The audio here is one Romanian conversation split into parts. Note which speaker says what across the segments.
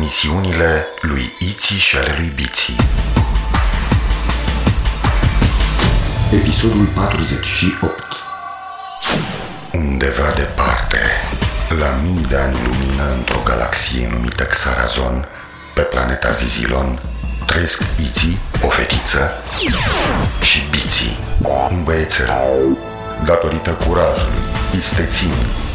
Speaker 1: Misiunile lui Iți și ale lui Biții.
Speaker 2: Episodul 48
Speaker 1: Undeva departe, la mii de ani lumină într-o galaxie numită Xarazon, pe planeta Zizilon, trăiesc Izi, o fetiță, și Biții, un băiețel. Datorită curajului, isteții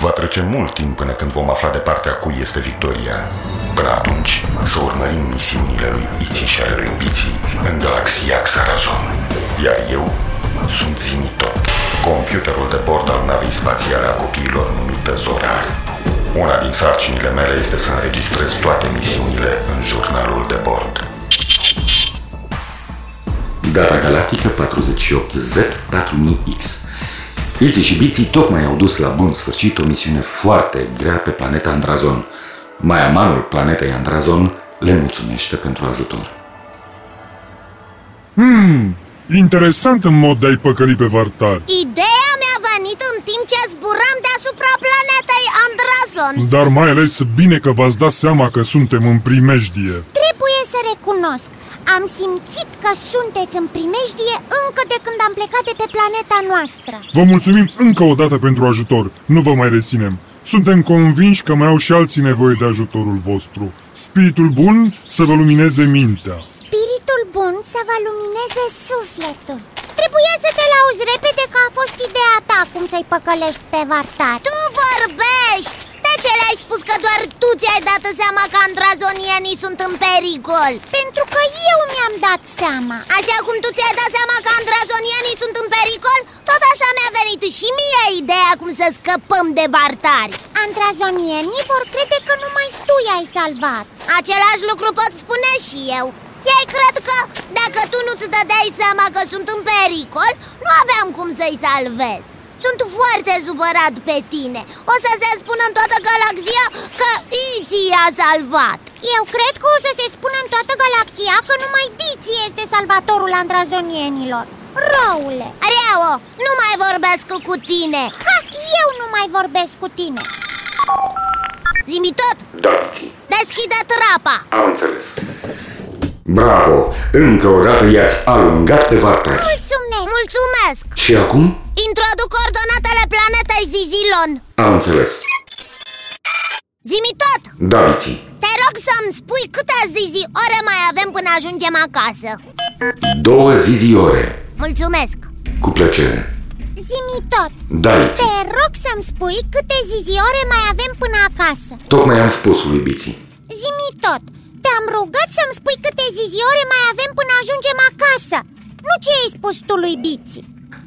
Speaker 1: Va trece mult timp până când vom afla de partea cui este victoria. Până atunci, să urmărim misiunile lui Iții și ale lui Biții în galaxia Xarazon. Iar eu sunt Zimitot, computerul de bord al navei spațiale a copiilor numită Zorar. Una din sarcinile mele este să înregistrez toate misiunile în jurnalul de bord.
Speaker 2: Data Galactică 48Z4000X Ilții și Biții tocmai au dus la bun sfârșit o misiune foarte grea pe planeta Andrazon. Maiamanul planetei Andrazon le mulțumește pentru ajutor.
Speaker 3: Interesant în mod de a-i păcăli pe vartari.
Speaker 4: Ideea mi-a venit în timp ce zburam deasupra planetei Andrazon
Speaker 3: Dar mai ales bine că v-ați dat seama că suntem în primejdie.
Speaker 4: Trebuie să recunosc Am simțit că sunteți în primejdie încă de când am plecat de pe planeta noastră
Speaker 3: Vă mulțumim încă o dată pentru ajutor. Nu vă mai reținem. Suntem convinși că mai au și alții nevoie de ajutorul vostru. Spiritul bun să vă lumineze mintea.
Speaker 4: Spiritul bun să vă lumineze sufletul Trebuie să te lauzi repede că a fost ideea ta cum să-i păcălești pe vartar Tu vorbești! De ce le-ai spus că doar tu ți-ai dat seama că andrazonienii sunt în pericol? Pentru că eu mi-am dat seama Așa cum tu ți-ai dat seama că andrazonienii sunt în pericol? Tot așa mi-a venit și mie ideea cum să scăpăm de vartari Andrazonienii vor crede că numai tu i-ai salvat Același lucru pot spune și eu ei cred că dacă tu nu-ți dădeai seama că sunt în pericol, nu aveam cum să-i salvez Sunt foarte supărat pe tine O să se spună în toată galaxia că Iti i-a salvat Eu cred că o să se spună în toată galaxia că numai Bici este salvatorul andrazonienilor Răule Reo, nu mai vorbesc cu tine Ha, eu nu mai vorbesc cu tine Zimi tot,
Speaker 2: Dorothy,
Speaker 4: deschide trapa
Speaker 2: am înțeles. Bravo! Încă o dată i-ați alungat pe vartari.
Speaker 4: Mulțumesc Mulțumesc
Speaker 2: Și acum?
Speaker 4: Introduc coordonatele planetei Zizilon
Speaker 2: Am înțeles.
Speaker 4: Zimi tot!
Speaker 2: Da, Biții.
Speaker 4: Te rog să-mi spui câte zizi ore mai avem până ajungem acasă
Speaker 2: Două zizi ore.
Speaker 4: Mulțumesc
Speaker 2: Cu plăcere.
Speaker 4: Zimi tot,
Speaker 2: Da, Iții.
Speaker 4: te rog să-mi spui câte zizi ore mai avem până acasă
Speaker 2: Tocmai am spus lui Biții.
Speaker 4: Zimi tot, te-am rugat să-mi spui câte zizi ore mai avem până ajungem acasă Nu ce ai spus tu lui Biți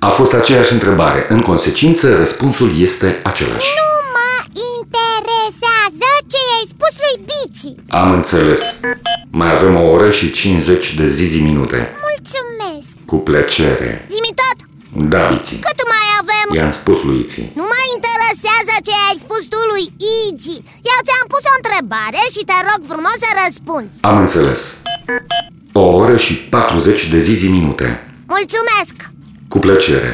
Speaker 2: A fost aceeași întrebare. În consecință, răspunsul este același.
Speaker 4: Nu mă interesează ce i-ai spus lui Biți
Speaker 2: Am înțeles. Mai avem o oră și 50 de zizi minute.
Speaker 4: Mulțumesc
Speaker 2: Cu plăcere.
Speaker 4: Zimi tot,
Speaker 2: Da, Biții.
Speaker 4: cât mai avem?
Speaker 2: I-am spus lui Iții.
Speaker 4: Nu mă interesează ce ai spus tu lui Igi Eu ți-am pus o întrebare și te rog frumos să răspunzi
Speaker 2: Am înțeles. O oră și 40 de zizi minute.
Speaker 4: Mulțumesc!
Speaker 2: Cu plăcere.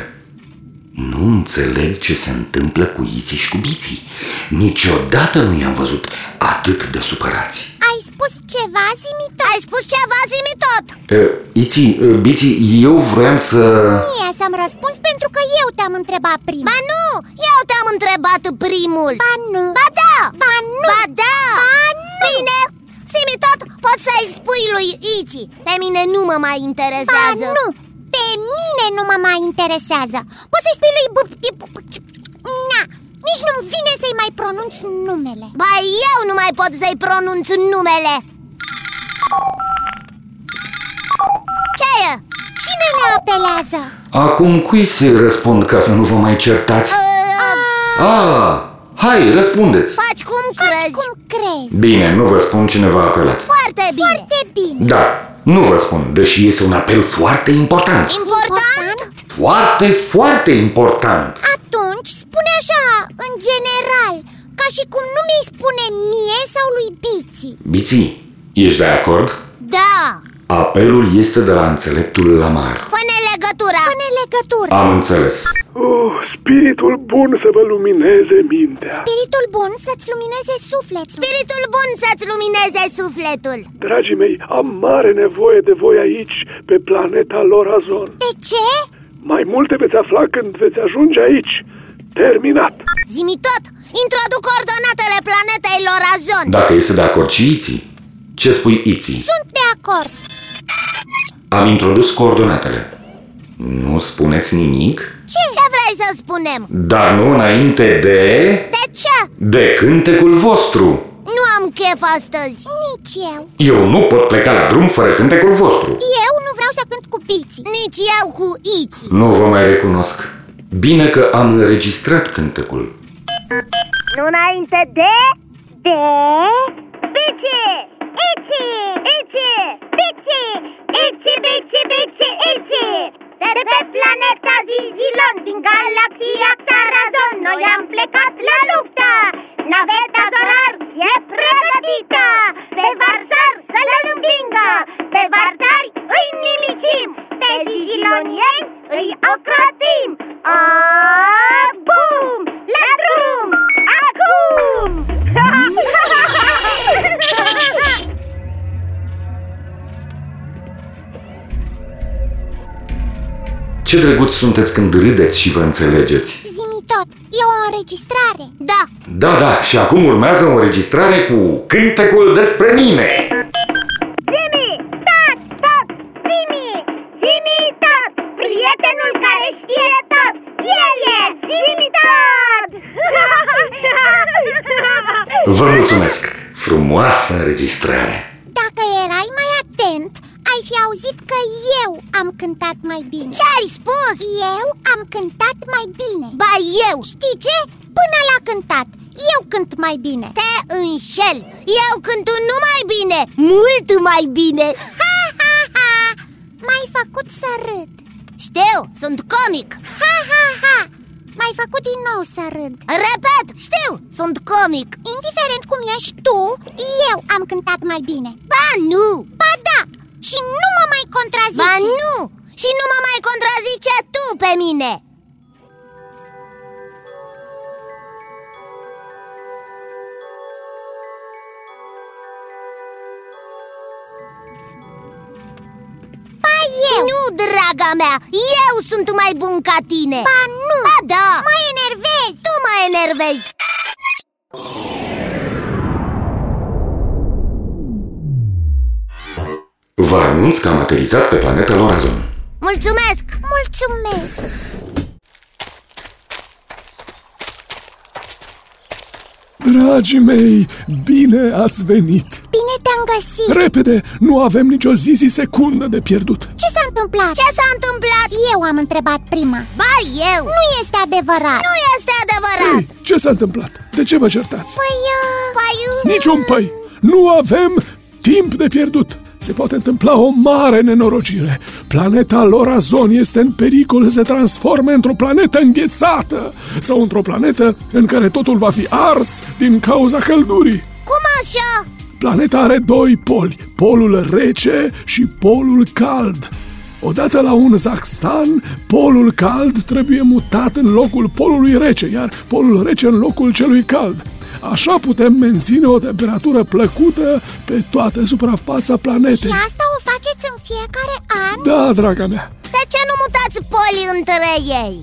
Speaker 2: Nu înțeleg ce se întâmplă cu Iții și cu Biții. Niciodată nu i-am văzut atât de supărați.
Speaker 4: Ai spus ceva, Zimitot? Ai spus ceva, Zimitot!
Speaker 2: Uh, Iții, uh, Biții, eu vroiam să...
Speaker 4: Mie să-mi răspunzi pentru că eu te-am întrebat primul Ba nu! Eu te-am întrebat primul Ba nu Ba da! Ba nu Ba da! Ba nu Bine! Zimitot, poți să-i spui lui Igi Pe mine nu mă mai interesează
Speaker 5: Ba nu, pe mine nu mă mai interesează Poți să-i spui lui Bup... Na, nici nu-mi vine să-i mai pronunț numele
Speaker 4: Ba eu nu mai pot să-i pronunț numele Ce e?
Speaker 5: Cine ne apelează?
Speaker 2: Acum cui să răspund ca să nu vă mai certați? Ah, hai, răspundeți!
Speaker 4: Faci cum
Speaker 5: Faci
Speaker 4: crezi?
Speaker 5: cum crezi
Speaker 2: Bine, nu vă spun cine v-a apelat.
Speaker 4: Foarte bine
Speaker 5: Foarte bine
Speaker 2: Da, Nu vă spun, deși este un apel foarte important.
Speaker 4: Important?
Speaker 2: Foarte, foarte important.
Speaker 5: Atunci, spune așa, în general, ca și cum nu mi-ai spune mie sau lui Biții
Speaker 2: Biții, ești de acord?
Speaker 4: Da!
Speaker 2: Apelul este de la înțeleptul Lamar.
Speaker 4: Fă-ne legătura! Ah.
Speaker 5: Pune legătură
Speaker 2: Am înțeles.
Speaker 6: Oh, spiritul bun să vă lumineze mintea.
Speaker 5: Spiritul bun să-ți lumineze sufletul
Speaker 4: Spiritul bun să-ți lumineze sufletul!
Speaker 6: Dragii mei, am mare nevoie de voi aici, pe planeta Lorazon.
Speaker 5: De ce?
Speaker 6: Mai multe veți afla când veți ajunge aici. Terminat!
Speaker 4: Zimi tot! Introduc coordonatele planetei Lorazon!
Speaker 2: Dacă este de acord și Iții, ce spui Iții?
Speaker 5: Sunt de acord
Speaker 2: Am introdus coordonatele. Nu spuneți nimic,
Speaker 4: Ce? Ce vrei să spunem?
Speaker 2: dar nu înainte de...
Speaker 4: De ce?
Speaker 2: de cântecul vostru.
Speaker 4: Nu am chef astăzi!
Speaker 5: Nici eu
Speaker 2: Eu nu pot pleca la drum fără cântecul vostru.
Speaker 5: Eu nu vreau să cânt cu Biții
Speaker 4: Nici eu cu Iți!
Speaker 2: Nu vă mai recunosc. Bine că am înregistrat cântecul.
Speaker 4: Nu înainte de... De... Bici! Iți! Iți! Bici! Iți, bici, bici, iți! De pe planeta Zizilon, din galaxia Xarazon, noi am plecat la luptă! Naveta solar e pregătită! Pe Varsar să le învingă! Pe Vardari îi nimicim! Pe Zizilonieni îi ocrotim! A, bum! La drum! Acum!
Speaker 2: Ce drăguți sunteți când râdeți și vă înțelegeți.
Speaker 5: Zimi tot, e o înregistrare
Speaker 4: Da,
Speaker 2: Da, da, și acum urmează o înregistrare cu cântecul despre mine.
Speaker 4: Zimi, tot, tot, Zimi, Zimi tot, prietenul care știe tot, el e Zimi tot!
Speaker 2: Vă mulțumesc! Frumoasă înregistrare!
Speaker 5: Dacă erai mai atent, ai fi auzit că eu am cântat mai bine
Speaker 4: Ce ai spus?
Speaker 5: Eu am cântat mai bine
Speaker 4: Ba eu!
Speaker 5: Știi ce? Până la cântat, eu cânt mai bine
Speaker 4: Te înșel! Eu cânt nu mai bine, mult mai bine!
Speaker 5: Ha, ha, ha! M-ai făcut să râd
Speaker 4: Știu, sunt comic!
Speaker 5: Ha, ha, ha! M-ai făcut din nou să râd
Speaker 4: Repet, știu, sunt comic!
Speaker 5: Indiferent cum ești tu, eu am cântat mai bine
Speaker 4: Ba nu!
Speaker 5: Ba da! Și nu mă mai contrazice
Speaker 4: Ba nu! Și nu mă mai contrazice tu pe mine!
Speaker 5: Ba eu!
Speaker 4: Nu, draga mea, eu sunt mai bun ca tine
Speaker 5: Ba nu!
Speaker 4: Ba da,
Speaker 5: Mă enervezi!
Speaker 4: tu mă enervezi
Speaker 2: Vă anunț că am aterizat pe planeta Lorazon.
Speaker 4: Mulțumesc!
Speaker 5: Mulțumesc!
Speaker 7: Dragii mei, bine ați venit!
Speaker 5: Bine te-am găsit!
Speaker 7: Repede, nu avem nicio zi, zi secundă de pierdut.
Speaker 5: Ce s-a întâmplat?
Speaker 4: Ce s-a întâmplat?
Speaker 5: Eu am întrebat prima
Speaker 4: Ba eu!
Speaker 5: Nu este adevărat
Speaker 4: Nu este adevărat!
Speaker 7: Ei, ce s-a întâmplat? De ce vă certați?
Speaker 5: Păi, uh,
Speaker 4: Ba eu!
Speaker 7: Niciun păi! Nu avem timp de pierdut! Se poate întâmpla o mare nenorocire. Planeta Lorazon este în pericol să se transforme într-o planetă înghețată sau într-o planetă în care totul va fi ars din cauza căldurii.
Speaker 4: Cum așa?
Speaker 7: Planeta are doi poli, polul rece și polul cald. Odată la un Zaxtan, polul cald trebuie mutat în locul polului rece, iar polul rece în locul celui cald. Așa putem menține o temperatură plăcută pe toată suprafața
Speaker 5: și
Speaker 7: planetei.
Speaker 5: asta o faceți în fiecare an?
Speaker 7: Da, draga mea,
Speaker 4: De ce nu mutați poli între ei?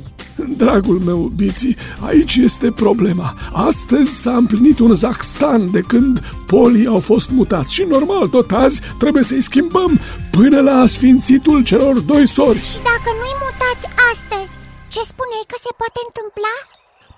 Speaker 7: Dragul meu, Biții, aici este problema. Astăzi s-a împlinit un zaxtan de când polii au fost mutați și normal, tot azi trebuie să-i schimbăm până la asfințitul celor doi sori.
Speaker 5: Și dacă nu-i mutați astăzi, ce spuneai că se poate întâmpla?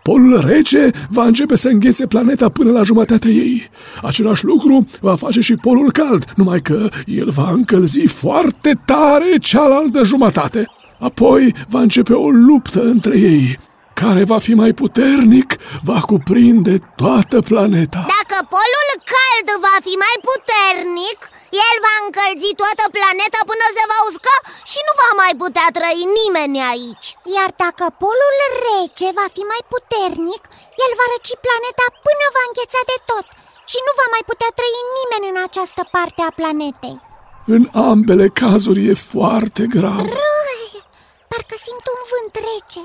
Speaker 7: Polul rece va începe să înghețe planeta până la jumătatea ei. Același lucru va face și polul cald, numai că el va încălzi foarte tare cealaltă jumătate. Apoi va începe o luptă între ei. Care va fi mai puternic, va cuprinde toată planeta.
Speaker 4: Dacă polul cald va fi mai puternic, el va încălzi toată planeta până se va usca și nu va mai putea trăi nimeni aici
Speaker 5: Iar dacă polul rece va fi mai puternic, el va răci planeta până va îngheța de tot și nu va mai putea trăi nimeni în această parte a planetei
Speaker 7: În ambele cazuri e foarte grav
Speaker 5: Răi, parcă simt un vânt rece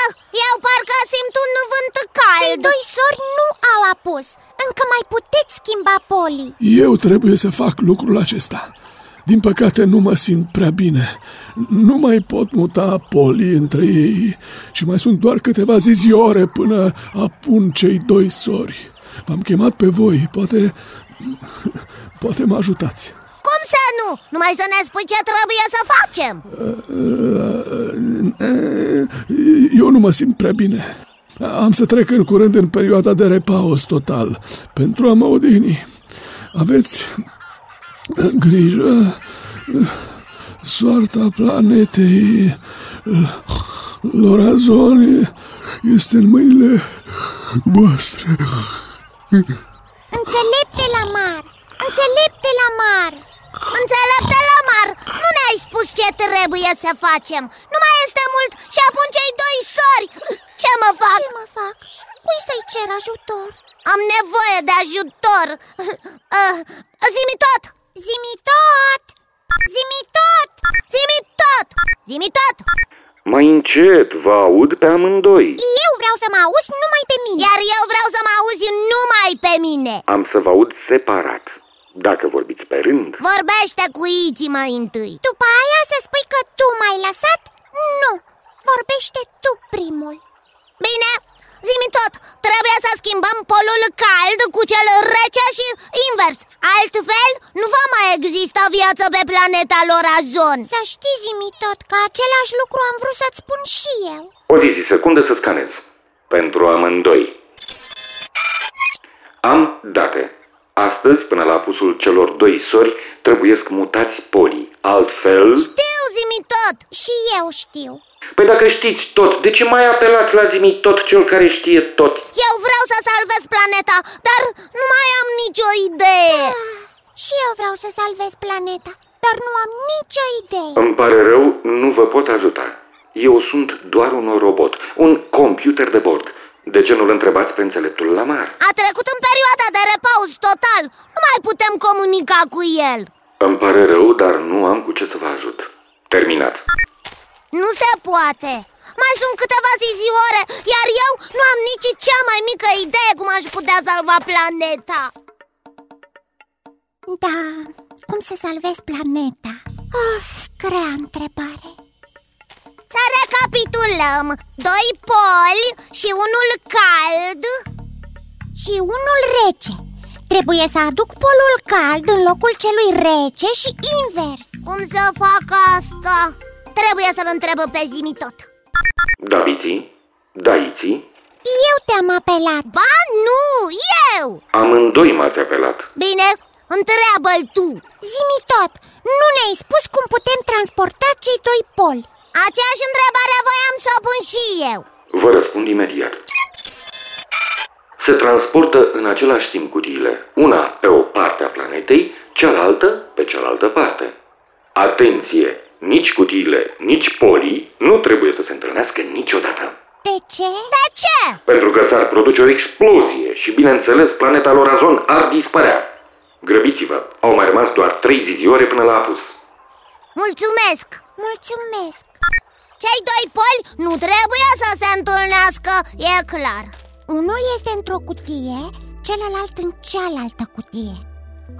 Speaker 4: ah, Eu parcă simt un vânt cald
Speaker 5: Cei doi sori nu au apus, încă mai puteți schimba polii
Speaker 7: Eu trebuie să fac lucrul acesta din păcate nu mă simt prea bine Nu mai pot muta polii între ei Și mai sunt doar câteva zi ore până apun cei doi sori V-am chemat pe voi, poate... poate mă ajutați
Speaker 4: Cum să nu? Numai să ne spui ce trebuie să facem
Speaker 7: Eu nu mă simt prea bine Am să trec în curând în perioada de repaus total Pentru a mă odihni Aveți grijă Soarta planetei Lorazon este în mâinile voastre
Speaker 5: Înțelepte la mar, înțelepte la mar
Speaker 4: Înțelepte Lamar, nu ne-ai spus ce trebuie să facem Nu mai este mult și apun cei doi sori Ce mă fac?
Speaker 5: Ce mă fac? Cui să-i cer ajutor?
Speaker 4: Am nevoie de ajutor uh, Zimi tot!
Speaker 5: Zimi tot! Zimi tot!
Speaker 4: Zimi tot! Zimi tot!
Speaker 8: Mai încet, vă aud pe amândoi
Speaker 5: Eu vreau să mă auzi numai pe mine
Speaker 4: Iar eu vreau să mă auzi numai pe mine
Speaker 8: Am să vă aud separat dacă vorbiți pe rând
Speaker 4: Vorbește cu Iti mai întâi
Speaker 5: După aia să spui că tu m-ai lăsat? Nu, vorbește tu primul
Speaker 4: Bine, zimi tot Trebuie să schimbăm polul cald cu cel rece și invers Altfel nu va mai exista viață pe planeta lor Azon
Speaker 5: Să știi, zimi tot, că același lucru am vrut să-ți spun și eu
Speaker 8: O zi, zi, secundă să scanez Pentru amândoi Am date Astăzi, până la apusul celor doi sori, trebuiesc mutați polii, altfel...
Speaker 4: Știu, zimi tot!
Speaker 5: Și eu știu
Speaker 8: Păi dacă știți tot, de ce mai apelați la zimi tot cel care știe tot?
Speaker 4: Eu vreau să salvez planeta, dar nu mai am nicio idee ah,
Speaker 5: Și eu vreau să salvez planeta, dar nu am nicio idee
Speaker 8: Îmi pare rău, nu vă pot ajuta Eu sunt doar un robot, un computer de bord de ce nu-l întrebați pe înțeleptul la mar?
Speaker 4: A trecut în perioada de repaus total Nu mai putem comunica cu el
Speaker 8: Îmi pare rău, dar nu am cu ce să vă ajut Terminat
Speaker 4: Nu se poate Mai sunt câteva zi ore Iar eu nu am nici cea mai mică idee Cum aș putea salva planeta
Speaker 5: Da, cum să salvezi planeta? Of, grea întrebare
Speaker 4: să recapitulăm Doi poli și unul cald
Speaker 5: Și unul rece Trebuie să aduc polul cald în locul celui rece și invers
Speaker 4: Cum să fac asta? Trebuie să-l întreb pe Zimi tot
Speaker 8: Da, Biții? Da, Iții?
Speaker 5: Eu te-am apelat
Speaker 4: Ba nu, eu!
Speaker 8: Amândoi m-ați apelat
Speaker 4: Bine, întreabă-l tu
Speaker 5: Zimi tot, nu ne-ai spus cum putem transporta cei doi poli
Speaker 4: Aceeași întrebare voiam să o pun și eu
Speaker 8: Vă răspund imediat Se transportă în același timp cutiile Una pe o parte a planetei Cealaltă pe cealaltă parte Atenție! Nici cutiile, nici polii Nu trebuie să se întâlnească niciodată
Speaker 5: De ce?
Speaker 4: De ce?
Speaker 8: Pentru că s-ar produce o explozie Și bineînțeles planeta lor Azon ar dispărea Grăbiți-vă, au mai rămas doar 3 ziziore până la apus
Speaker 4: Mulțumesc!
Speaker 5: Mulțumesc!
Speaker 4: Cei doi poli nu trebuie să se întâlnească, e clar
Speaker 5: Unul este într-o cutie, celălalt în cealaltă cutie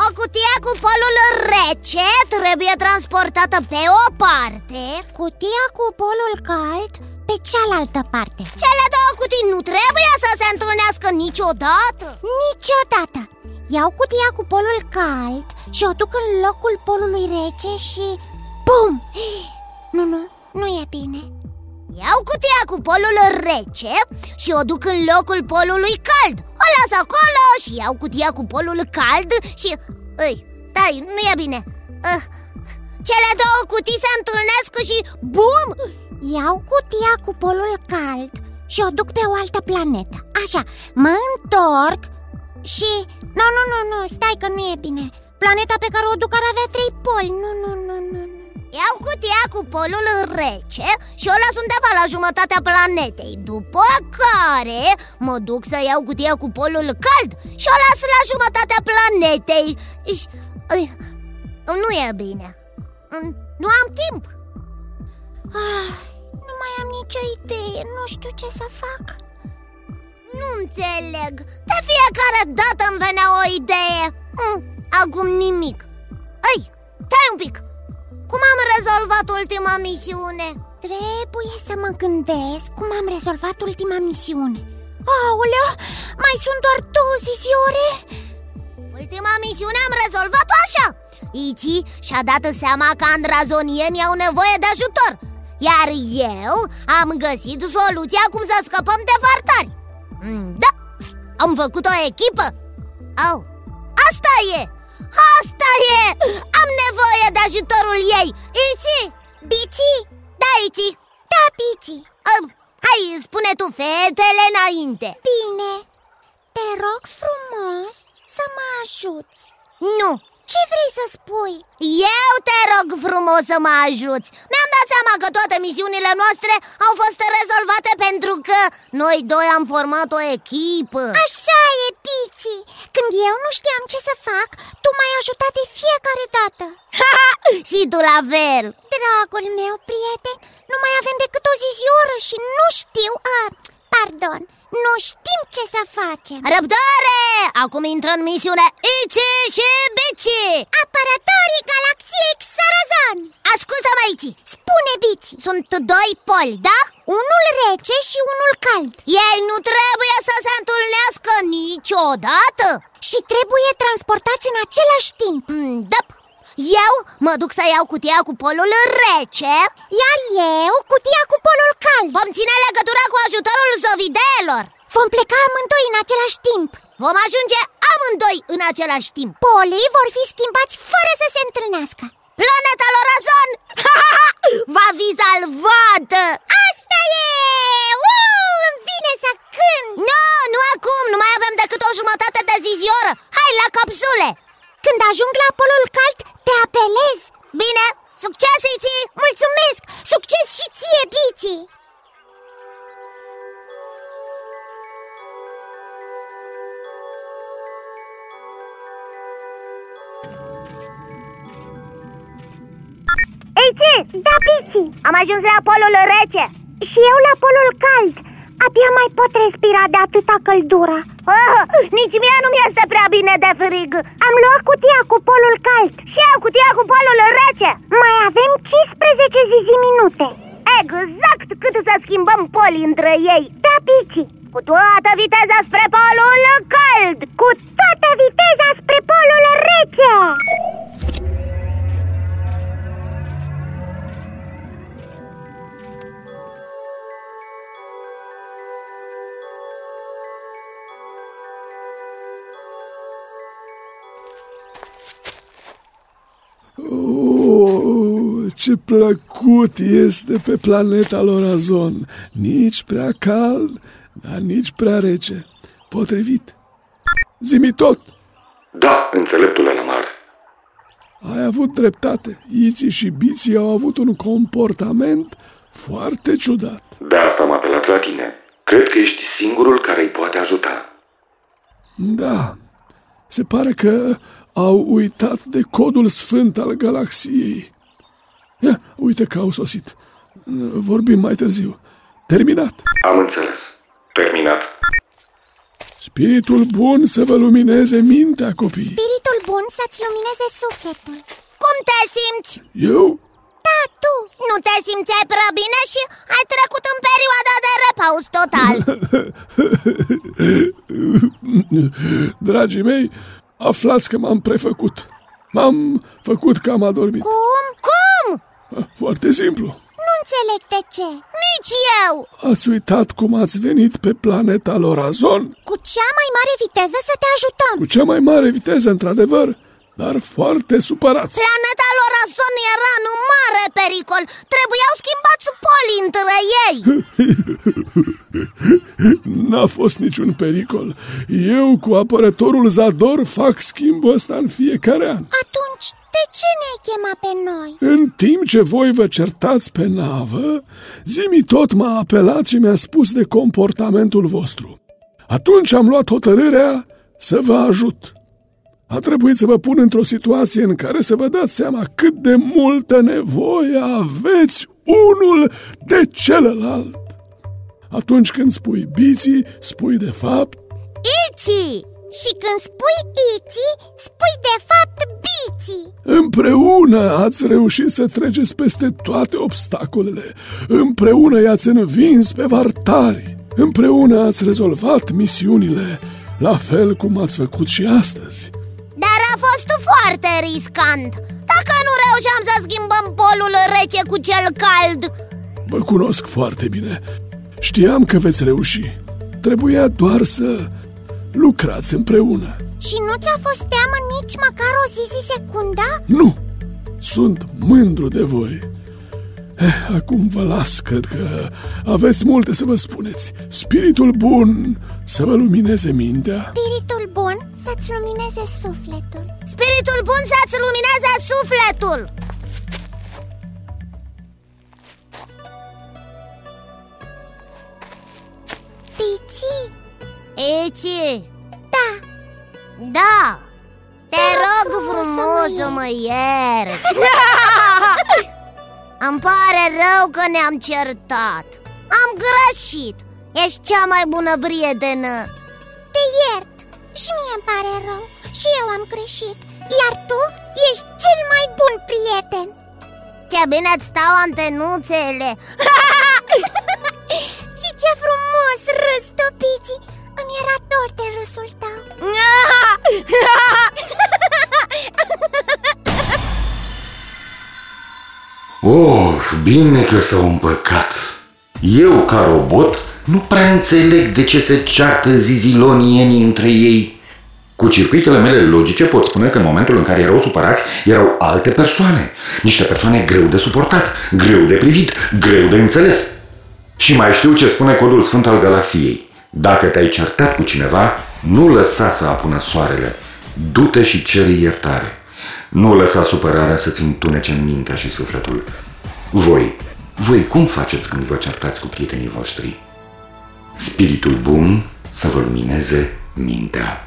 Speaker 4: O cutie cu polul rece trebuie transportată pe o parte
Speaker 5: Cutia cu polul cald pe cealaltă parte
Speaker 4: Cele două cutii nu trebuie să se întâlnească niciodată
Speaker 5: Niciodată! Iau cutia cu polul cald și o duc în locul polului rece și... Bum! Nu, nu, nu e bine
Speaker 4: Iau cutia cu polul rece și o duc în locul polului cald O las acolo și iau cutia cu polul cald și... Îi, stai, nu e bine uh, Cele două cutii se întâlnesc și bum!
Speaker 5: Iau cutia cu polul cald și o duc pe o altă planetă Așa, mă întorc și... Nu, nu, nu, nu, stai că nu e bine Planeta pe care o duc ar avea trei poli Nu, nu, nu, nu, nu
Speaker 4: Iau cutia cu polul rece și o las undeva la jumătatea planetei După care mă duc să iau cutia cu polul cald și o las la jumătatea planetei și... Îi, Nu e bine Mm, Nu am timp
Speaker 5: ah, Nu mai am nicio idee, nu știu ce să fac
Speaker 4: Nu înțeleg, de fiecare dată îmi venea o idee mm, Acum nimic Ei, stai un pic, cum am rezolvat ultima misiune?
Speaker 5: Trebuie să mă gândesc cum am rezolvat ultima misiune Aoleo, mai sunt doar 20 ore?
Speaker 4: Ultima misiune am rezolvat-o așa Ici și-a dat seama că andrazonienii au nevoie de ajutor Iar eu am găsit soluția cum să scăpăm de vartari Da, am făcut o echipă Au, oh, asta e! Asta e! Am nevoie de ajutorul ei! Ici!
Speaker 5: Bici!
Speaker 4: Da, Ici!
Speaker 5: Da, Bici!
Speaker 4: Hai, spune tu fetele înainte!
Speaker 5: Bine! Te rog frumos să mă ajuți!
Speaker 4: Nu!
Speaker 5: Ce vrei să spui?
Speaker 4: Eu te rog frumos să mă ajuți! Mi-am dat seama că toate misiunile noastre au fost rezolvate pentru că noi doi am format o echipă
Speaker 5: Așa e, Bici! Când eu nu știam ce să fac, tu m-ai ajutat de fiecare dată
Speaker 4: Și tu la fel
Speaker 5: Dragul meu, prieten, nu mai avem decât o zizioră și nu știu... A, pardon, nu știm ce să facem
Speaker 4: Răbdare! Acum intră în misiune Ici și Bici
Speaker 5: Apărătorii galaxiei Xarazan
Speaker 4: Ascultă-mă, Ici
Speaker 5: Spune, Bici
Speaker 4: Sunt doi poli, da?
Speaker 5: Unul rece și unul cald
Speaker 4: Ei nu trebuie să se întâlnească niciodată
Speaker 5: Și trebuie transportați în același timp
Speaker 4: mm, Da, eu mă duc să iau cutia cu polul rece
Speaker 5: Iar eu cutia cu polul cald
Speaker 4: Vom ține legătura cu ajutorul zovidelor
Speaker 5: Vom pleca amândoi în același timp
Speaker 4: Vom ajunge amândoi în același timp
Speaker 5: Polii vor fi schimbați fără să se întâlnească
Speaker 4: Planeta lor Azon va fi salvată
Speaker 5: Asta e! Uuu, îmi vine să cânt
Speaker 4: Nu, nu acum, nu mai avem decât o jumătate de zizioră Hai la capsule!
Speaker 5: Când ajung la polul cald, te apelez
Speaker 4: Bine, succes, Ici!
Speaker 5: Mulțumesc! Succes și ție, Bici!
Speaker 4: Ici!
Speaker 5: Da, Bici!
Speaker 4: Am ajuns la polul rece
Speaker 5: Și eu la polul cald Abia mai pot respira de atâta căldură
Speaker 4: oh, Nici mie nu mi-este prea bine de frig
Speaker 5: Am luat cutia cu polul cald
Speaker 4: Și eu cutia cu polul rece
Speaker 5: Mai avem 15 zizi minute
Speaker 4: Exact cât să schimbăm poli între ei
Speaker 5: Da, Pici
Speaker 4: Cu toată viteza spre polul cald
Speaker 5: Cu toată viteza spre polul rece
Speaker 7: Oh, ce plăcut este pe planeta lor Azon. Nici prea cald, dar nici prea rece. Potrivit. Zimi tot!
Speaker 8: Da, înțeleptule Lamar.
Speaker 7: Ai avut dreptate. Iții și biții au avut un comportament foarte ciudat.
Speaker 8: De asta am apelat la tine. Cred că ești singurul care îi poate ajuta.
Speaker 7: Da. Se pare că au uitat de codul sfânt al galaxiei. Ia, uite că au sosit. Vorbim mai târziu. Terminat.
Speaker 8: Am înțeles. Terminat.
Speaker 7: Spiritul bun să vă lumineze mintea, copii.
Speaker 5: Spiritul bun să-ți lumineze sufletul.
Speaker 4: Cum te simți?
Speaker 7: Eu?
Speaker 5: Da, tu.
Speaker 4: Nu te simțeai prea bine și ai trecut în perioada de repaus total.
Speaker 7: Dragii mei, aflați că m-am prefăcut. M-am făcut că am adormit.
Speaker 5: Cum?
Speaker 4: Cum?
Speaker 7: Foarte simplu.
Speaker 5: Nu înțeleg de ce.
Speaker 4: Nici eu.
Speaker 7: Ați uitat cum ați venit pe planeta lor Azon?
Speaker 5: Cu cea mai mare viteză să te ajutăm.
Speaker 7: Cu cea mai mare viteză, într-adevăr, dar foarte supărați.
Speaker 4: Planeta lor Azon era în mare pericol Trebuiau schimbați polii între ei
Speaker 7: N-a fost niciun pericol. Eu cu apărătorul Zador fac schimbul ăsta în fiecare an.
Speaker 5: Atunci, de ce ne-ai chemat pe noi?
Speaker 7: În timp ce voi vă certați pe navă, Zimi tot m-a apelat și mi-a spus de comportamentul vostru. Atunci am luat hotărârea să vă ajut. A trebuit să vă pun într-o situație în care să vă dați seama cât de multă nevoie aveți unul de celălalt. Atunci când spui biții, spui de fapt
Speaker 4: Iții!
Speaker 5: Și când spui iții, spui de fapt biții
Speaker 7: Împreună ați reușit să treceți peste toate obstacolele. Împreună i-ați învins pe vartari. Împreună ați rezolvat misiunile, la fel cum ați făcut și astăzi.
Speaker 4: Dar a fost foarte riscant Dacă nu reușeam să schimbăm polul rece cu cel cald
Speaker 7: Vă cunosc foarte bine. Știam că veți reuși. Trebuia doar să lucrați împreună.
Speaker 5: Și nu ți-a fost teamă nici măcar o zi zi secundă?
Speaker 7: Nu! Sunt mândru de voi! Eh, acum vă las, cred că aveți multe să vă spuneți. Spiritul bun să vă lumineze mintea.
Speaker 5: Spiritul bun să-ți lumineze sufletul
Speaker 4: Spiritul bun să-ți lumineze sufletul
Speaker 5: Biții?
Speaker 4: Iții,
Speaker 5: Da,
Speaker 4: da Te rog
Speaker 5: rog
Speaker 4: frumos
Speaker 5: frumos
Speaker 4: să mă ierți Îmi pare rău că ne-am certat Am greșit Ești cea mai bună prietenă
Speaker 5: te iert Și mie îmi pare rău Și eu am greșit Iar tu ești cel mai bun prieten
Speaker 4: Ce bine îți stau antenuțele
Speaker 5: Și ce frumos râs tu, Biții Îmi era dor de râsul tău
Speaker 2: Of, bine că s-au împăcat. Eu, ca robot, nu prea înțeleg de ce se ceartă zizilonienii între ei. Cu circuitele mele logice pot spune că în momentul în care erau supărați, erau alte persoane. Niște persoane greu de suportat, greu de privit, greu de înțeles. Și mai știu ce spune codul sfânt al galaxiei. Dacă te-ai certat cu cineva, nu lăsa să apună soarele. Du-te și cere iertare. Nu lăsa supărarea să-ți întunece mintea și sufletul. Voi, voi cum faceți când vă certați cu prietenii voștri? Spiritul bun să vă lumineze mintea.